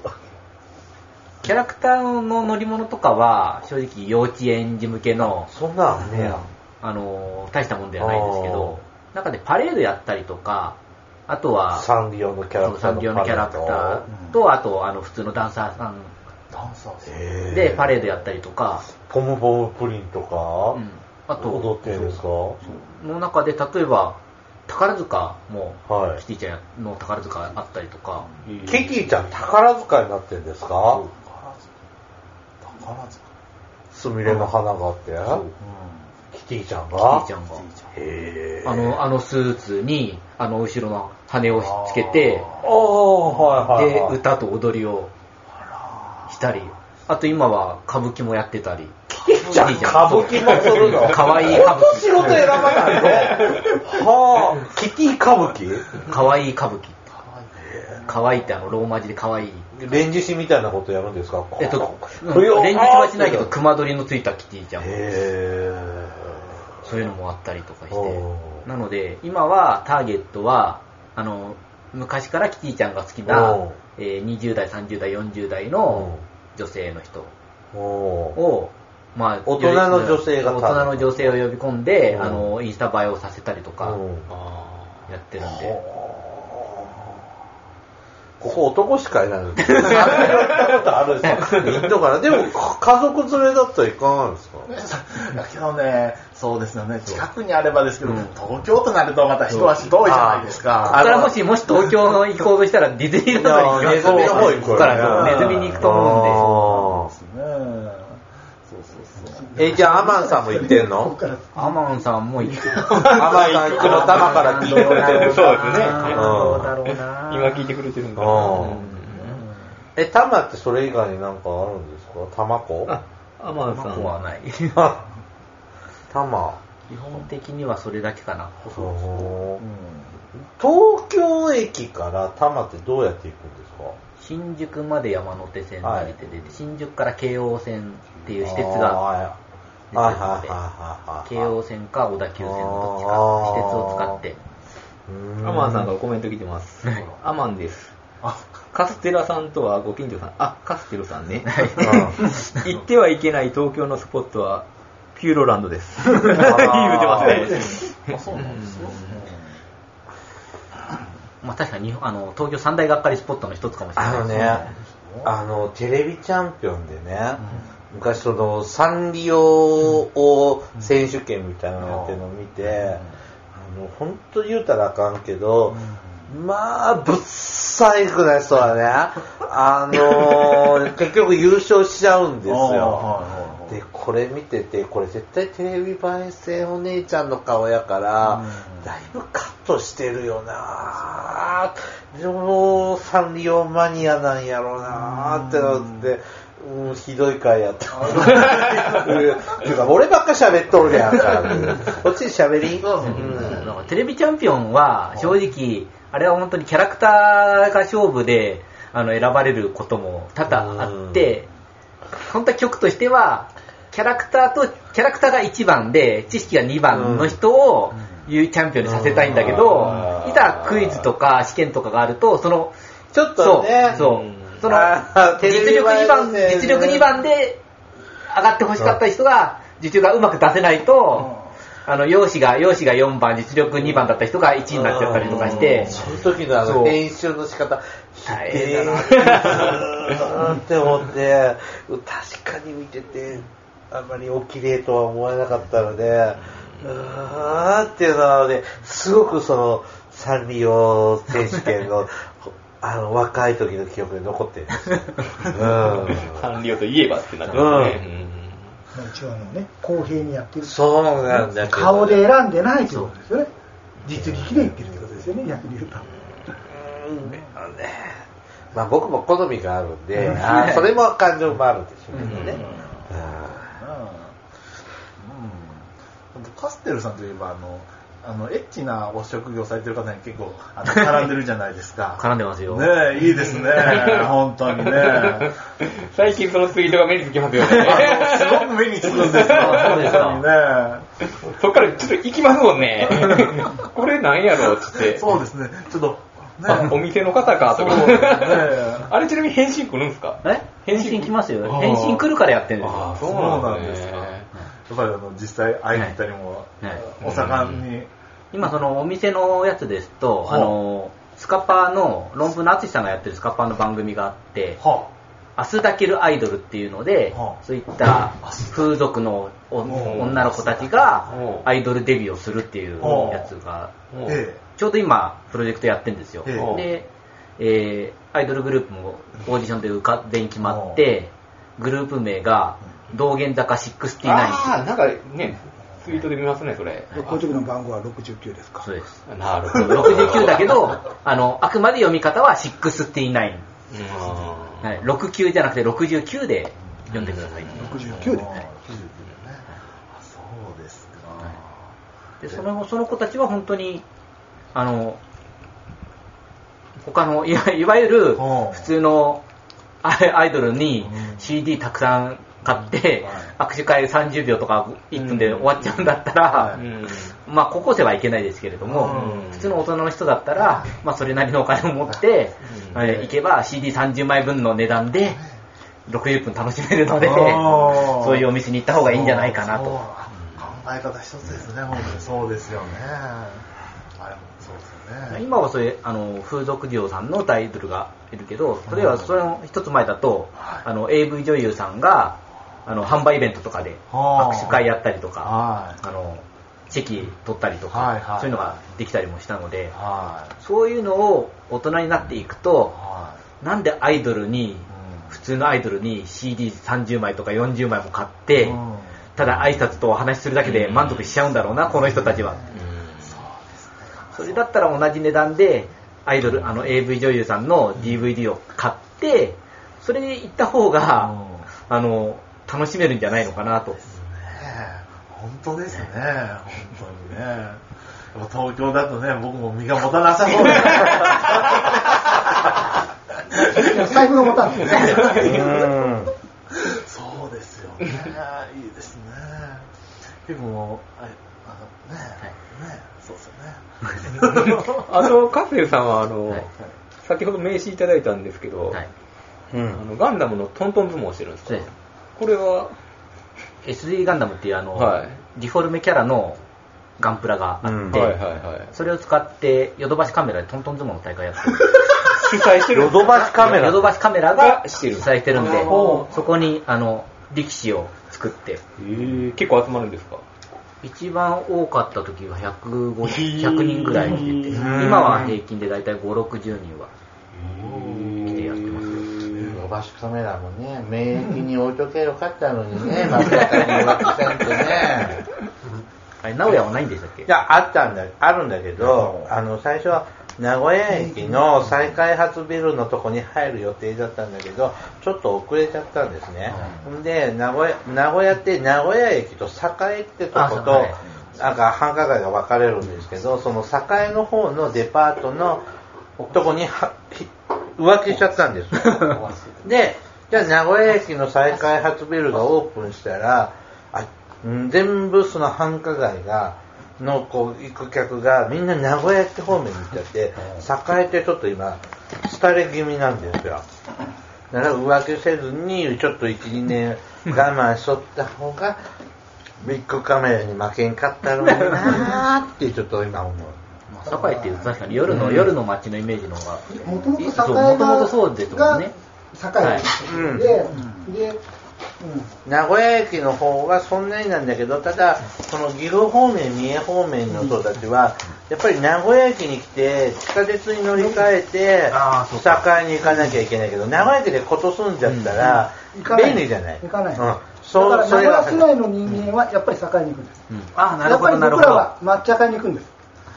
[SPEAKER 5] キャラクターの乗り物とかは、正直幼稚園児向けの、
[SPEAKER 2] そんなんあんねや。
[SPEAKER 5] あの、大したもんではないんですけど、中でパレードやったりとか、あとは、
[SPEAKER 2] サンリオのキャラクター
[SPEAKER 5] 産業のキャラクターと、あと、あの、普通のダンサーさん
[SPEAKER 3] ダンサーさん
[SPEAKER 2] へー
[SPEAKER 5] でパレードやったりとか、
[SPEAKER 2] ポムポムプリンとか、
[SPEAKER 5] うんあと、
[SPEAKER 2] 踊ってるんですか
[SPEAKER 5] の中で、例えば、宝塚も、
[SPEAKER 2] はい
[SPEAKER 5] キティちゃんの宝塚あったりとか、
[SPEAKER 2] キキちゃん宝塚になってんですか
[SPEAKER 3] 宝塚。宝塚。
[SPEAKER 2] スミレの花があって、
[SPEAKER 3] う
[SPEAKER 2] キティちゃん
[SPEAKER 5] キテ
[SPEAKER 2] が
[SPEAKER 5] ィちゃんが、
[SPEAKER 2] へー
[SPEAKER 5] あの、あのスーツに、あの、後ろの羽をつけて、
[SPEAKER 2] おー、はいはい、
[SPEAKER 5] で
[SPEAKER 2] はい。、
[SPEAKER 5] 歌と踊りをしたり、あと今は歌舞伎もやってたり、
[SPEAKER 2] じゃあ、歌舞伎もするの
[SPEAKER 5] かわいい歌
[SPEAKER 2] ほん
[SPEAKER 5] 舞伎
[SPEAKER 2] と仕事選ばないね。はあ、キティ歌舞伎
[SPEAKER 5] 可愛い歌舞伎。可愛いってあの、ローマ字で可愛い。
[SPEAKER 2] 連獅子みたいなことやるんですか
[SPEAKER 5] えっと、うん
[SPEAKER 2] 冬
[SPEAKER 5] 連日はしないけど、熊取りのついたキティちゃんも
[SPEAKER 2] へ
[SPEAKER 5] そういうのもあったりとかして
[SPEAKER 2] お、ー
[SPEAKER 5] なので、今はターゲットは、あの、昔からキティちゃんが好き
[SPEAKER 2] お
[SPEAKER 5] な
[SPEAKER 2] う、
[SPEAKER 5] えー20代、30代、40代
[SPEAKER 2] お
[SPEAKER 5] の女性の人
[SPEAKER 2] ー。お
[SPEAKER 5] を、まあ、
[SPEAKER 2] 大人の女性が
[SPEAKER 5] 大人の女性を呼び込んで、
[SPEAKER 2] うん
[SPEAKER 5] あの、インスタ映えをさせたりと
[SPEAKER 2] ー
[SPEAKER 5] か、
[SPEAKER 2] うん
[SPEAKER 5] やってるんで。
[SPEAKER 2] ここ男しかいない
[SPEAKER 5] [LAUGHS]
[SPEAKER 2] のに。やったことあるんですよ。いいのかなでも、家族連れだったらいかがなんです
[SPEAKER 5] [LAUGHS]
[SPEAKER 2] か
[SPEAKER 3] んだけどね、そうですよね、近くにあればですけど、東京となるとまた一足遠いじゃないです
[SPEAKER 5] こ
[SPEAKER 3] か。
[SPEAKER 5] こからもし、もし東京の行こうとしたら、ディズニーランドに行きま
[SPEAKER 2] いやネ
[SPEAKER 5] す
[SPEAKER 2] ズミの方行くよね
[SPEAKER 5] ここからそうネズミに行くと思う
[SPEAKER 3] そう
[SPEAKER 5] ん
[SPEAKER 3] ですね。そうそうそう。
[SPEAKER 2] え、じゃあ、アマンさんも行ってん
[SPEAKER 5] [LAUGHS]
[SPEAKER 2] の
[SPEAKER 5] で、アマンさんも行く。
[SPEAKER 2] ア [LAUGHS] マンさん、この玉
[SPEAKER 5] [LAUGHS]
[SPEAKER 2] から聞いてくれてる。
[SPEAKER 4] そうですね
[SPEAKER 5] あーどうだろうな
[SPEAKER 4] 今聞いてくれてるんだ。
[SPEAKER 2] うん
[SPEAKER 4] うん
[SPEAKER 2] え、玉ってそれ以外になんかあるんですか玉子
[SPEAKER 5] あ、アマンさんはない。 [LAUGHS] 基
[SPEAKER 2] あ玉。
[SPEAKER 5] 本的にはそれだけかな。
[SPEAKER 2] そう
[SPEAKER 5] うん
[SPEAKER 2] 東京駅から多摩ってどうやって行くんですか
[SPEAKER 5] 新宿まで山手線で出て出て、新宿から京王線っていう私鉄
[SPEAKER 2] あ
[SPEAKER 5] が
[SPEAKER 2] ー
[SPEAKER 5] 出て
[SPEAKER 2] はいはい
[SPEAKER 5] るので
[SPEAKER 2] は、いはいはいはい
[SPEAKER 5] 京王線か小田急線のどっちか、私鉄を使って。
[SPEAKER 2] うーん
[SPEAKER 4] アマンさんからコメント来てます。アマンです。
[SPEAKER 3] あ
[SPEAKER 4] カステラさんとはご近所さん。あ、カステルさんね。
[SPEAKER 2] うん
[SPEAKER 4] [LAUGHS] 行ってはいけない東京のスポットは、ピューロランドです。言うて
[SPEAKER 2] あ
[SPEAKER 4] ま
[SPEAKER 2] ー
[SPEAKER 4] すね。
[SPEAKER 3] あそうなんですよ。
[SPEAKER 5] まあ確かに日本あの東京三大がっかりスポットの一つかもしれ
[SPEAKER 2] あ
[SPEAKER 5] ない
[SPEAKER 2] のね、あの、テレビチャンピオンでね、昔その、サンリオを選手権みたいなのやってるのを見て、あの、本当言うたらあかんけど、まあ、ぶっさいくない人はね、あの、結局優勝しちゃうんです
[SPEAKER 3] あー
[SPEAKER 2] よ。
[SPEAKER 3] はいはいはい
[SPEAKER 2] でこれ見ててこれ絶対テレビ映え性お姉ちゃんの顔やから、だいぶカットしてるよなぁでもサンリオマニアなんやろうなぁってなって、うん、ひどい回やった。
[SPEAKER 5] [LAUGHS]
[SPEAKER 2] てか俺ばっか喋っとるやんか。こっち喋り、
[SPEAKER 5] うんだからテレビチャンピオンは正直、あれは本当にキャラクターが勝負であの選ばれることも多々あって、本当は曲としては、キャラクターと、キャラクターが1番で、知識が2番の人を、いうチャンピオンにさせたいんだけど
[SPEAKER 2] う、ん
[SPEAKER 5] いざクイズとか試験とかがあると、その、
[SPEAKER 2] ちょっとね。
[SPEAKER 5] そう、そうその
[SPEAKER 2] あー、
[SPEAKER 5] 実力2番、
[SPEAKER 2] テレビ映えです
[SPEAKER 5] 実
[SPEAKER 2] ね
[SPEAKER 5] 力2番で上がってほしかった人が、実力がうまく出せないと、あの、容姿が、容姿が4番、実力2番だった人が1位になっちゃったりとかして、
[SPEAKER 2] その時のあ
[SPEAKER 5] そ
[SPEAKER 2] の
[SPEAKER 5] う
[SPEAKER 2] 練習の仕方、
[SPEAKER 5] 大
[SPEAKER 2] え
[SPEAKER 5] 変だな。
[SPEAKER 2] [LAUGHS] ーって思って、確かに見てて、あんまりお綺麗とは思わなかったので、うーんっていうのなので、すごくその、サンリオ選手権の、あの、若い時の記憶に残ってるんですよ。うん
[SPEAKER 4] サンリオといえばってなってますね。うん
[SPEAKER 1] 一応あのね、公平にやってる。
[SPEAKER 2] そうなんだけど。
[SPEAKER 1] 顔で選んでないということですよね。実力で言ってるってことですよね、逆に言うと。
[SPEAKER 2] うんあのねまあ僕も好みがあるんで、あーそれも感情もあるんでしょうけどね。うん
[SPEAKER 3] うん、カステルさんといえばあのあのエッチなお職業されてる方に結構あ [LAUGHS] の絡んでるじゃないですか。
[SPEAKER 5] 絡んでますよ。
[SPEAKER 3] ねえいいです [LAUGHS] ね本当 [LAUGHS] にね。
[SPEAKER 4] 最近そのツイートが目につきますよ
[SPEAKER 3] あの
[SPEAKER 4] ね。 [LAUGHS]
[SPEAKER 3] すごく目につくんですよ
[SPEAKER 5] そうですか
[SPEAKER 3] 本当にね。
[SPEAKER 4] そっからちょっと行きますもん [LAUGHS] ね。これなんやろうっつって。
[SPEAKER 3] そうですねちょっと
[SPEAKER 4] あお
[SPEAKER 3] ね。
[SPEAKER 4] 店の方かと
[SPEAKER 3] そう
[SPEAKER 4] か。
[SPEAKER 3] ですね
[SPEAKER 4] [LAUGHS] あれちなみに返信来るんですか
[SPEAKER 5] え返信来ますよ。
[SPEAKER 4] あー
[SPEAKER 5] 返信来るからやってるんです
[SPEAKER 4] あ
[SPEAKER 5] よ。
[SPEAKER 4] あ、
[SPEAKER 3] そ
[SPEAKER 4] そうう
[SPEAKER 3] な
[SPEAKER 4] なんん
[SPEAKER 3] で
[SPEAKER 4] ですす
[SPEAKER 3] か。
[SPEAKER 4] ね。
[SPEAKER 3] やっぱりあの実際会いに行ったりも、
[SPEAKER 5] はい
[SPEAKER 3] お盛んに。
[SPEAKER 5] 今そのお店のやつですと、
[SPEAKER 3] はあ
[SPEAKER 5] あの、スカパーの、論文の淳さんがやってるスカパーの番組があって、
[SPEAKER 3] は
[SPEAKER 5] 明日だけるアイドルっていうので、
[SPEAKER 3] はあ
[SPEAKER 5] そういった風俗のお
[SPEAKER 3] うん
[SPEAKER 5] 女の子たちが
[SPEAKER 4] うん
[SPEAKER 5] アイドルデビューをするっていうやつ
[SPEAKER 3] あ。
[SPEAKER 5] が、
[SPEAKER 3] え
[SPEAKER 5] ちょうど今プロジェクトやってるんですよ。
[SPEAKER 3] え
[SPEAKER 4] え
[SPEAKER 5] で、えーアイドルグループもオーディションで受か全員決まって、グループ名が道玄坂69
[SPEAKER 4] ああ、なんかね、ツイートで見ますね、それ。
[SPEAKER 1] この時の番号は69ですか。
[SPEAKER 5] そうです。
[SPEAKER 4] なるほど。
[SPEAKER 5] 69だけ
[SPEAKER 4] [LAUGHS]
[SPEAKER 5] ど、あの、あくまで読み方は69。
[SPEAKER 4] うん。
[SPEAKER 5] はい、69じゃなくて69で読んでください。
[SPEAKER 1] 69ですね。
[SPEAKER 3] あそうですか。
[SPEAKER 5] でそのその子たちは本当にあの他のいわいわゆる
[SPEAKER 3] うん
[SPEAKER 5] 普通のアイアイドルに
[SPEAKER 3] うん
[SPEAKER 5] CD たくさん買って
[SPEAKER 3] は
[SPEAKER 5] 握手会30秒とか1分で終わっちゃうんだったら
[SPEAKER 4] う、ん
[SPEAKER 5] まあ高校生はいけないですけれども、
[SPEAKER 4] うん
[SPEAKER 5] 普通の大人の人だったら、まあ、それなりのお金を持って、
[SPEAKER 4] うん
[SPEAKER 5] えー行けば CD30 枚分の値段で60分楽しめるので
[SPEAKER 3] あー
[SPEAKER 5] そういうお店に行った方がいいんじゃないかな
[SPEAKER 3] そう
[SPEAKER 5] と。
[SPEAKER 3] 考え方一つですね、本当にそうですよね。
[SPEAKER 2] 嗯
[SPEAKER 3] あれもそうですよね。
[SPEAKER 5] 今はそういうあの風俗嬢さんのアイドルがいるけど例えばそれの一つ前だとあの AV 女優さんがあの販売イベントとかで
[SPEAKER 3] はあ
[SPEAKER 5] 握手会やったりとか
[SPEAKER 3] はい。
[SPEAKER 5] あのチェキ取ったりと
[SPEAKER 3] はいは
[SPEAKER 5] か
[SPEAKER 3] い
[SPEAKER 5] そういうのができたりもしたので
[SPEAKER 3] はい。
[SPEAKER 5] そういうのを大人になっていくと
[SPEAKER 3] は
[SPEAKER 5] なんでアイドルに
[SPEAKER 3] い。
[SPEAKER 5] 普通のアイドルに CD30 枚とか40枚も買っ
[SPEAKER 3] う
[SPEAKER 5] て
[SPEAKER 3] ん
[SPEAKER 5] ただ挨拶とお話しするだけで満足しちゃうんだろうなこの人たちはそれだったら同じ値段でアイドルあの AV 女優さんの DVD を買ってそれ行った方が、あの、楽しめるんじゃないのかなと。
[SPEAKER 3] え本当ですね、本当にね。やっぱ東京だとね、僕も身が持たなさそう
[SPEAKER 5] [LAUGHS]
[SPEAKER 3] ですね。
[SPEAKER 1] 財布が持たんですよね。
[SPEAKER 3] そうですよね、いいですね。結構、あれあのね、ね、そうですよね。
[SPEAKER 4] あと、カフェさんは、あの、先ほど名刺いただいたんですけど、
[SPEAKER 5] はい。
[SPEAKER 2] う
[SPEAKER 4] あ
[SPEAKER 2] ん。
[SPEAKER 4] のガンダムのトントン相撲をしてるんです
[SPEAKER 5] そう
[SPEAKER 4] か
[SPEAKER 5] です
[SPEAKER 4] これは、
[SPEAKER 5] SD ガンダムっていうあの、
[SPEAKER 4] はい
[SPEAKER 5] ディフォルメキャラのガンプラがあ
[SPEAKER 2] う
[SPEAKER 5] っ
[SPEAKER 2] ん
[SPEAKER 5] て、
[SPEAKER 4] はいはいはい。
[SPEAKER 5] それを使ってヨドバシカメラでトントン相撲の大会やってる
[SPEAKER 4] 主催してる
[SPEAKER 2] ヨドバシカメラ。
[SPEAKER 5] ヨドバシカメラが
[SPEAKER 4] が
[SPEAKER 5] 主
[SPEAKER 4] してる
[SPEAKER 5] 催してるんで、
[SPEAKER 4] ほ
[SPEAKER 5] そこにあの力士を作って、
[SPEAKER 4] えー結構集まるんですか
[SPEAKER 5] 一番多かった時は150 100人ぐらい来てて、
[SPEAKER 2] うん
[SPEAKER 5] 今は平均で大体5、60人は来てやってますよ。
[SPEAKER 2] 伸ばしカメラもね、免疫に置いとけよかったのにね、まさか入学したんてね。
[SPEAKER 5] あれ、名古屋はないんでしたっけ
[SPEAKER 2] いや、あったんだ、あるんだけど、あの、最初は、名古屋駅の再開発ビルのとこに入る予定だったんだけど、ちょっと遅れちゃったんですね。で、名古屋、名古屋って名古屋駅と栄ってとこ
[SPEAKER 5] あ
[SPEAKER 2] と
[SPEAKER 5] はい、
[SPEAKER 2] なんか繁華街が分かれるんですけど、その栄の方のデパートのとこにはひ浮気しちゃったんですよ。で、じゃあ名古屋駅の再開発ビルがオープンしたら、あん全部その繁華街が、のこう行く客がみんな名古屋駅方面に行っちゃって、栄ってちょっと今、廃れ気味なんですよ。だから浮気せずに、ちょっと1、2年我慢しとった方が、ビッグカメラに負けんかったろうなーってちょっと今思う。
[SPEAKER 5] まあ、栄っていうと確かに夜の、夜の街のイメージの方が、
[SPEAKER 1] もともと栄
[SPEAKER 5] そう
[SPEAKER 1] が
[SPEAKER 5] もともとそうですもんね。
[SPEAKER 1] が栄ですよね
[SPEAKER 2] は
[SPEAKER 1] で、で、
[SPEAKER 2] [LAUGHS] 名古屋駅の方がそんなになんだけど、ただ、その岐阜方面、三重方面の人たちは、やっぱり名古屋駅に来て、地下鉄に乗り換えて
[SPEAKER 5] あーそ、
[SPEAKER 2] 境に行かなきゃいけないけど、名古屋駅でこと済んじゃったら
[SPEAKER 1] うん行か、ない
[SPEAKER 2] 便利じゃない
[SPEAKER 1] 行かない
[SPEAKER 2] うん。
[SPEAKER 1] だ
[SPEAKER 2] そ
[SPEAKER 1] か
[SPEAKER 2] う
[SPEAKER 1] ら名
[SPEAKER 2] そ
[SPEAKER 1] 古
[SPEAKER 2] れが
[SPEAKER 1] 屋市内の人間はやっぱり栄えに行くんです。
[SPEAKER 5] うんああ、な
[SPEAKER 1] や
[SPEAKER 5] る
[SPEAKER 1] っ
[SPEAKER 5] ほ
[SPEAKER 1] ぱり
[SPEAKER 5] ど、なる
[SPEAKER 1] 僕
[SPEAKER 5] ほ
[SPEAKER 1] ら
[SPEAKER 5] ど。
[SPEAKER 1] は抹茶会に行くんです。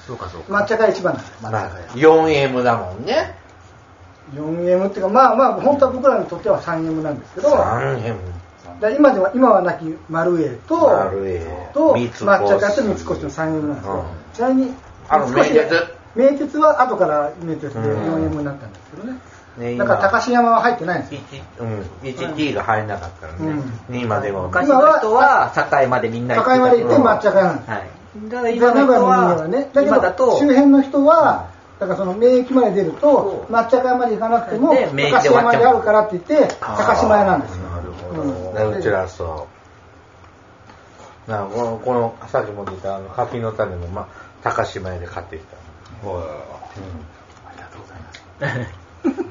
[SPEAKER 5] そうか、そうか。
[SPEAKER 1] 抹茶会一番なんです。
[SPEAKER 2] まあ、4M だもんね。
[SPEAKER 1] 4M っていうか、まあまあ、本当は僕らにとっては 3M なんですけど、
[SPEAKER 2] 3M。
[SPEAKER 1] だから今では、今は亡き丸栄と、
[SPEAKER 2] 丸栄
[SPEAKER 1] と、
[SPEAKER 2] 三越
[SPEAKER 1] 抹茶会と三越の 3M なんですよ。ちなみに、
[SPEAKER 2] あの
[SPEAKER 1] 三越
[SPEAKER 2] 名鉄
[SPEAKER 1] 名鉄は後から名鉄で
[SPEAKER 2] うん
[SPEAKER 1] 4M になったんですけどね。
[SPEAKER 2] ね
[SPEAKER 1] だから
[SPEAKER 2] 今
[SPEAKER 1] 高島は入ってないんですよ。
[SPEAKER 2] 1うん、1D が入らなかったらね、
[SPEAKER 1] う
[SPEAKER 2] 2までも。
[SPEAKER 5] 昔の人は堺までみんな行って
[SPEAKER 1] 境まで行って抹
[SPEAKER 5] た
[SPEAKER 1] 茶会なんです。
[SPEAKER 5] はい。だから
[SPEAKER 1] 今
[SPEAKER 5] 今の人は、
[SPEAKER 1] ね、だけど
[SPEAKER 5] 今だと、
[SPEAKER 1] 周辺の人は、だからその名駅まで出ると、抹茶会まで行かなくても、
[SPEAKER 5] で名駅
[SPEAKER 1] 高
[SPEAKER 5] で終わ
[SPEAKER 1] 島
[SPEAKER 5] っちゃう
[SPEAKER 1] であるからって言って、高島屋なんですよ。
[SPEAKER 2] なるほ
[SPEAKER 1] うん
[SPEAKER 2] ど。うちらそう。なあこの、この、さっきも出た、あの、柿の種も、まあ、高島屋で買って
[SPEAKER 1] [LAUGHS]
[SPEAKER 2] きた。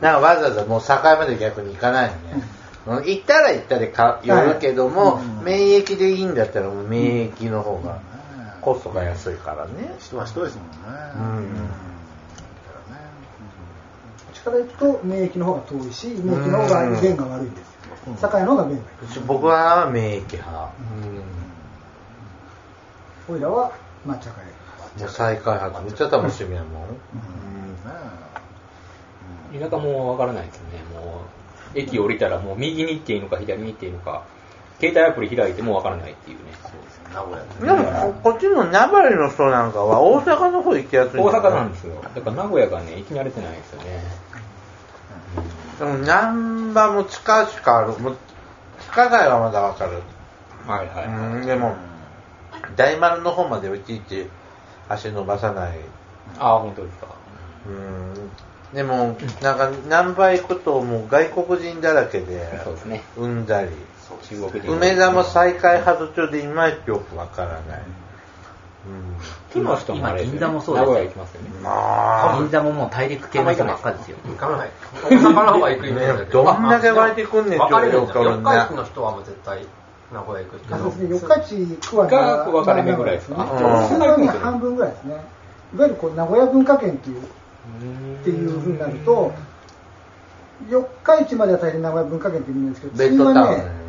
[SPEAKER 2] なんかわざわざもう境まで逆に行かないよね。行ったら行ったで買う寄るけども、免疫でいいんだったらもう免疫の方がコストが安いからね。
[SPEAKER 3] 人は人ですもんね。
[SPEAKER 2] ん
[SPEAKER 3] うんだからね
[SPEAKER 1] 力行くと免疫の方が遠いし、免疫の方が便が悪いんですよ。境の方が便が悪い。
[SPEAKER 2] 僕は免疫派。
[SPEAKER 1] おいらは抹茶会。
[SPEAKER 2] もう再開発、めっちゃ楽しみやもん。
[SPEAKER 4] 田舎もわからないですよね。もう、駅降りたらもう右に行っていいのか左に行っていいのか、携帯アプリ開いてもわからないっていうね。
[SPEAKER 3] 名古屋って
[SPEAKER 2] でも、ここっちの名張の人なんかは大阪の方行きやすい
[SPEAKER 4] 大阪なん
[SPEAKER 2] で
[SPEAKER 4] ですよ。だから名古屋がね、行き慣れてないんですよね。
[SPEAKER 2] す。でも、難波も地下しかある。もう地下街はまだわかる。
[SPEAKER 4] はいはい。
[SPEAKER 2] うん、でも、大丸の方まではいちいち足伸ばさない。
[SPEAKER 4] ああ、本当ですか。
[SPEAKER 2] うん。でも、なんか、難波行くともう外国人だらけで、
[SPEAKER 4] そうですね。
[SPEAKER 2] うんだり。
[SPEAKER 4] 中国人。
[SPEAKER 2] 梅田も再開発中でいまいちよくわからない。
[SPEAKER 4] 木の人もあれですよね
[SPEAKER 5] 今銀座もそうです
[SPEAKER 4] 名
[SPEAKER 5] よ
[SPEAKER 4] 古屋行きますよね
[SPEAKER 2] う。ん。まあ、
[SPEAKER 5] 銀座ももう大陸系の人ばっかですよ。
[SPEAKER 6] 行かない。大阪の方が行くイメージだけど。
[SPEAKER 2] ねどんだけ湧いてくんねん
[SPEAKER 6] 分かれるんですよ。
[SPEAKER 2] ちょう
[SPEAKER 6] 四
[SPEAKER 2] ど
[SPEAKER 6] 日市の人はもう絶対名古屋行くけ
[SPEAKER 1] あそうですね、
[SPEAKER 6] ど。
[SPEAKER 1] 四日市区は
[SPEAKER 4] が分かれ目ぐらいですか
[SPEAKER 1] まあ
[SPEAKER 2] うん
[SPEAKER 1] それがね半分ぐらいですね。いわゆるこう名古屋文化圏っていうっていうふうになると、四日市までは大変名古屋文化圏って言うんですけど、
[SPEAKER 2] ベッドタウン
[SPEAKER 1] 次はね。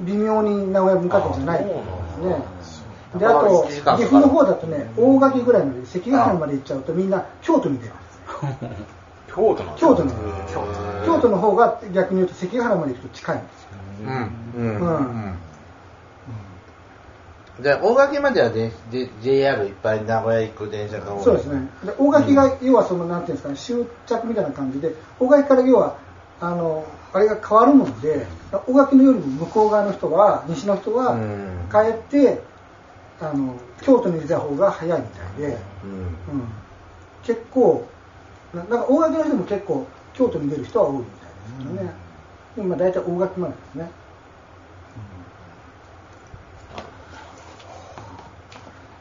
[SPEAKER 1] 微妙に名古屋文化圏じゃないですね。で、あ
[SPEAKER 2] そう
[SPEAKER 1] と
[SPEAKER 2] なんですね、
[SPEAKER 1] 岐阜の方だとね、大垣ぐらいまで、関ヶ原まで行っちゃうとみんな京都に出ます。
[SPEAKER 4] 京都なんです
[SPEAKER 1] 京都
[SPEAKER 4] よ
[SPEAKER 1] に出ます。
[SPEAKER 2] う
[SPEAKER 1] 京都の方が逆に言うと関ヶ原まで行くと近いんですよ。
[SPEAKER 2] うんうん
[SPEAKER 1] う
[SPEAKER 2] うんんじゃあ大垣まではでで JR いっぱい名古屋行く電車が多い
[SPEAKER 1] そうですね。で大垣が、要はその、なんていうんですかね、終着みたいな感じで、大垣から要は、あの、あれが変わるもんで、大垣のよりも向こう側の人は、西の人は
[SPEAKER 2] うん、
[SPEAKER 1] 帰って、あの、京都に出た方が早いみたいで、
[SPEAKER 2] うん
[SPEAKER 1] うん、結構、ななんか大垣の人も結構、京都に出る人は多いみたいですけどね。今、大体大垣までですね。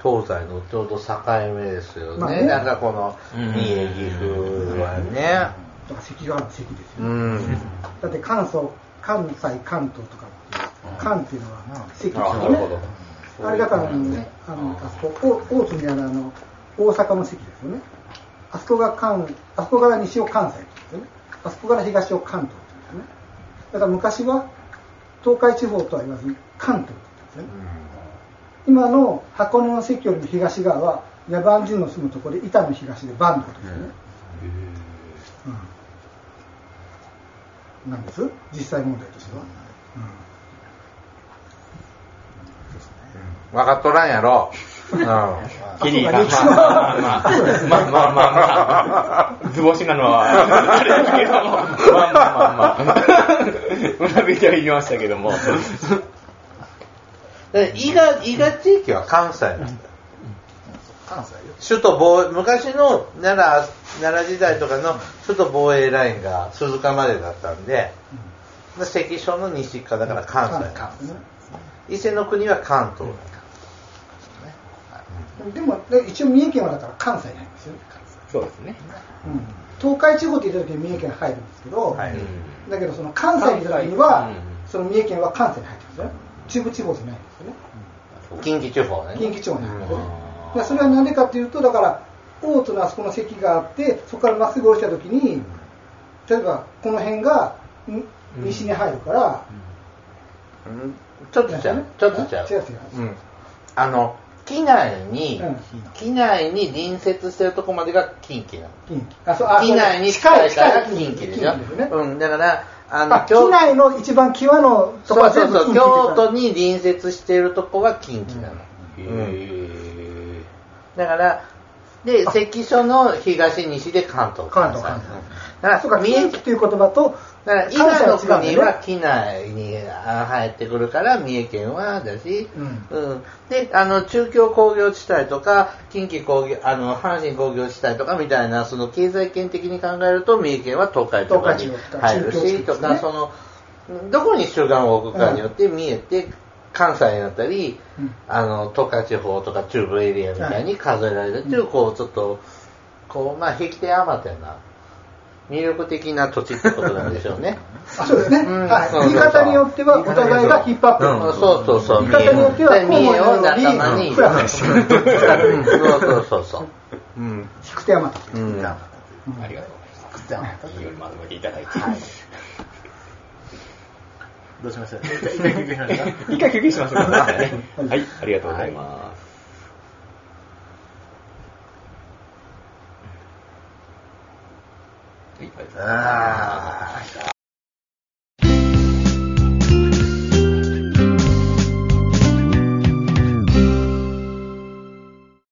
[SPEAKER 2] 東西のちょうど境目ですよね、
[SPEAKER 1] まあね
[SPEAKER 2] なんかこの
[SPEAKER 4] うん
[SPEAKER 2] 三重岐阜はね
[SPEAKER 1] だから関ヶ原の関です
[SPEAKER 2] う
[SPEAKER 1] よね。
[SPEAKER 2] ん、
[SPEAKER 1] だって関東、関西、関東とかっていう、関っていうのは関です
[SPEAKER 4] ああ、な
[SPEAKER 1] よ
[SPEAKER 4] る
[SPEAKER 1] ね。
[SPEAKER 4] ほど。
[SPEAKER 1] あれだからあの、あの、あそこ、お大津にあるあの、大阪の関ですよね。あそこが関、あそこから西を関西って言うんですよね。あそこから東を関東って言うんですよね。だから昔は、東海地方とは言わずに関東って言ったんですよね。今の箱根の関よりも東側は、野蛮人の住むところで板の東で坂東ですよね。うんなんです実際問題としては。うん
[SPEAKER 2] 分かっとらんやろ、うん、
[SPEAKER 4] キリ
[SPEAKER 1] あ
[SPEAKER 4] が、
[SPEAKER 1] そうか
[SPEAKER 4] まあまあまあまあまあまあまあ、図星なのは、あれだけどもまあまあまあまあ、うなびいてはいましたけども。
[SPEAKER 2] で伊賀伊賀地域は関西なんだよ
[SPEAKER 3] 関西よ。
[SPEAKER 2] 首都防衛昔の奈良奈良時代とかの首都防衛ラインが鈴鹿までだったんで、で関所の西側だから関西、
[SPEAKER 1] 関西ね
[SPEAKER 2] 伊勢の国は関東だから
[SPEAKER 1] でもで一応三重県はだから関西に入りますよね、
[SPEAKER 4] そうですね。
[SPEAKER 1] うん、東海地方って言った時に三重県入るんですけど、
[SPEAKER 2] はい
[SPEAKER 4] うん
[SPEAKER 1] だけどその関西に言った時には、
[SPEAKER 4] うん
[SPEAKER 1] その三重県は関西に入ってるんですよね中部地方じゃないんですよね
[SPEAKER 2] 近畿地方ね
[SPEAKER 1] 近畿地方に入るんですよね
[SPEAKER 4] うん
[SPEAKER 1] でそれは何でかっていうとだから大津のあそこの席があってそこからまっすぐ降りた時に例えばこの辺がん西に入るから、
[SPEAKER 2] うんちょっとちゃうちょっとちゃう
[SPEAKER 1] 違う違う
[SPEAKER 2] うん、あの機内に、
[SPEAKER 1] うん
[SPEAKER 2] 機内に隣接してるとこまでが近畿なの
[SPEAKER 1] 近畿あそうあ
[SPEAKER 2] 機内に
[SPEAKER 1] 近
[SPEAKER 2] 近
[SPEAKER 1] い
[SPEAKER 2] い
[SPEAKER 1] 近
[SPEAKER 2] か
[SPEAKER 1] い
[SPEAKER 2] ら近畿でしょ
[SPEAKER 1] 近畿ですね
[SPEAKER 2] うん、だからあの
[SPEAKER 1] あ機内の一番際の
[SPEAKER 2] そ
[SPEAKER 1] とこは
[SPEAKER 2] うそ
[SPEAKER 1] 全
[SPEAKER 2] う
[SPEAKER 1] 部
[SPEAKER 2] そ
[SPEAKER 1] 近
[SPEAKER 2] う
[SPEAKER 1] 畿って
[SPEAKER 2] 京
[SPEAKER 1] 言った
[SPEAKER 2] 都に隣接しているとこは近畿なの、
[SPEAKER 4] へ
[SPEAKER 2] だからで関所の東西で関東
[SPEAKER 1] 関東関西
[SPEAKER 2] だから
[SPEAKER 1] そうか、
[SPEAKER 2] 三
[SPEAKER 1] 近
[SPEAKER 2] 重
[SPEAKER 1] 畿という言葉と、
[SPEAKER 2] だから伊賀の
[SPEAKER 1] 関西
[SPEAKER 2] 国は機内にあ入ってくるから三重県はだし、
[SPEAKER 1] うん
[SPEAKER 2] うんであの中京工業地帯とか近畿工業あの阪神工業地帯とかみたいなその経済圏的に考えると三重県は東海とかに
[SPEAKER 1] 東海地方とか
[SPEAKER 2] 入る
[SPEAKER 1] 中京地
[SPEAKER 2] し
[SPEAKER 1] 区
[SPEAKER 2] とか、
[SPEAKER 1] ですね
[SPEAKER 2] そのどこに主眼を置くかによって三重って関西だったり、
[SPEAKER 1] うん
[SPEAKER 2] あの東海地方とか中部エリアみたいに数えられるっていう、こうちょっとこうまあ引き手あまたな魅力的な土地ってことなんでしょうね。
[SPEAKER 1] あそうですね。
[SPEAKER 2] うん
[SPEAKER 1] はい
[SPEAKER 2] そうそうそう
[SPEAKER 1] 言い方によっては、お互いが引っ張って
[SPEAKER 2] う
[SPEAKER 1] る。
[SPEAKER 2] ん、そうそうそう。
[SPEAKER 1] 言い方によっては
[SPEAKER 2] で三重を仲間に。
[SPEAKER 1] フラフラしてる
[SPEAKER 2] うんそうそうそうそう。うん。
[SPEAKER 1] 引く手はまた。
[SPEAKER 2] うん。
[SPEAKER 4] ーありがとうございます。いいよりまとめていただいて。
[SPEAKER 3] どうしま [LAUGHS] した一回一回休憩しました [LAUGHS]
[SPEAKER 4] 一回休憩しましょうか。はい、ありがとうございます。はい、ありがとうございます。
[SPEAKER 3] あ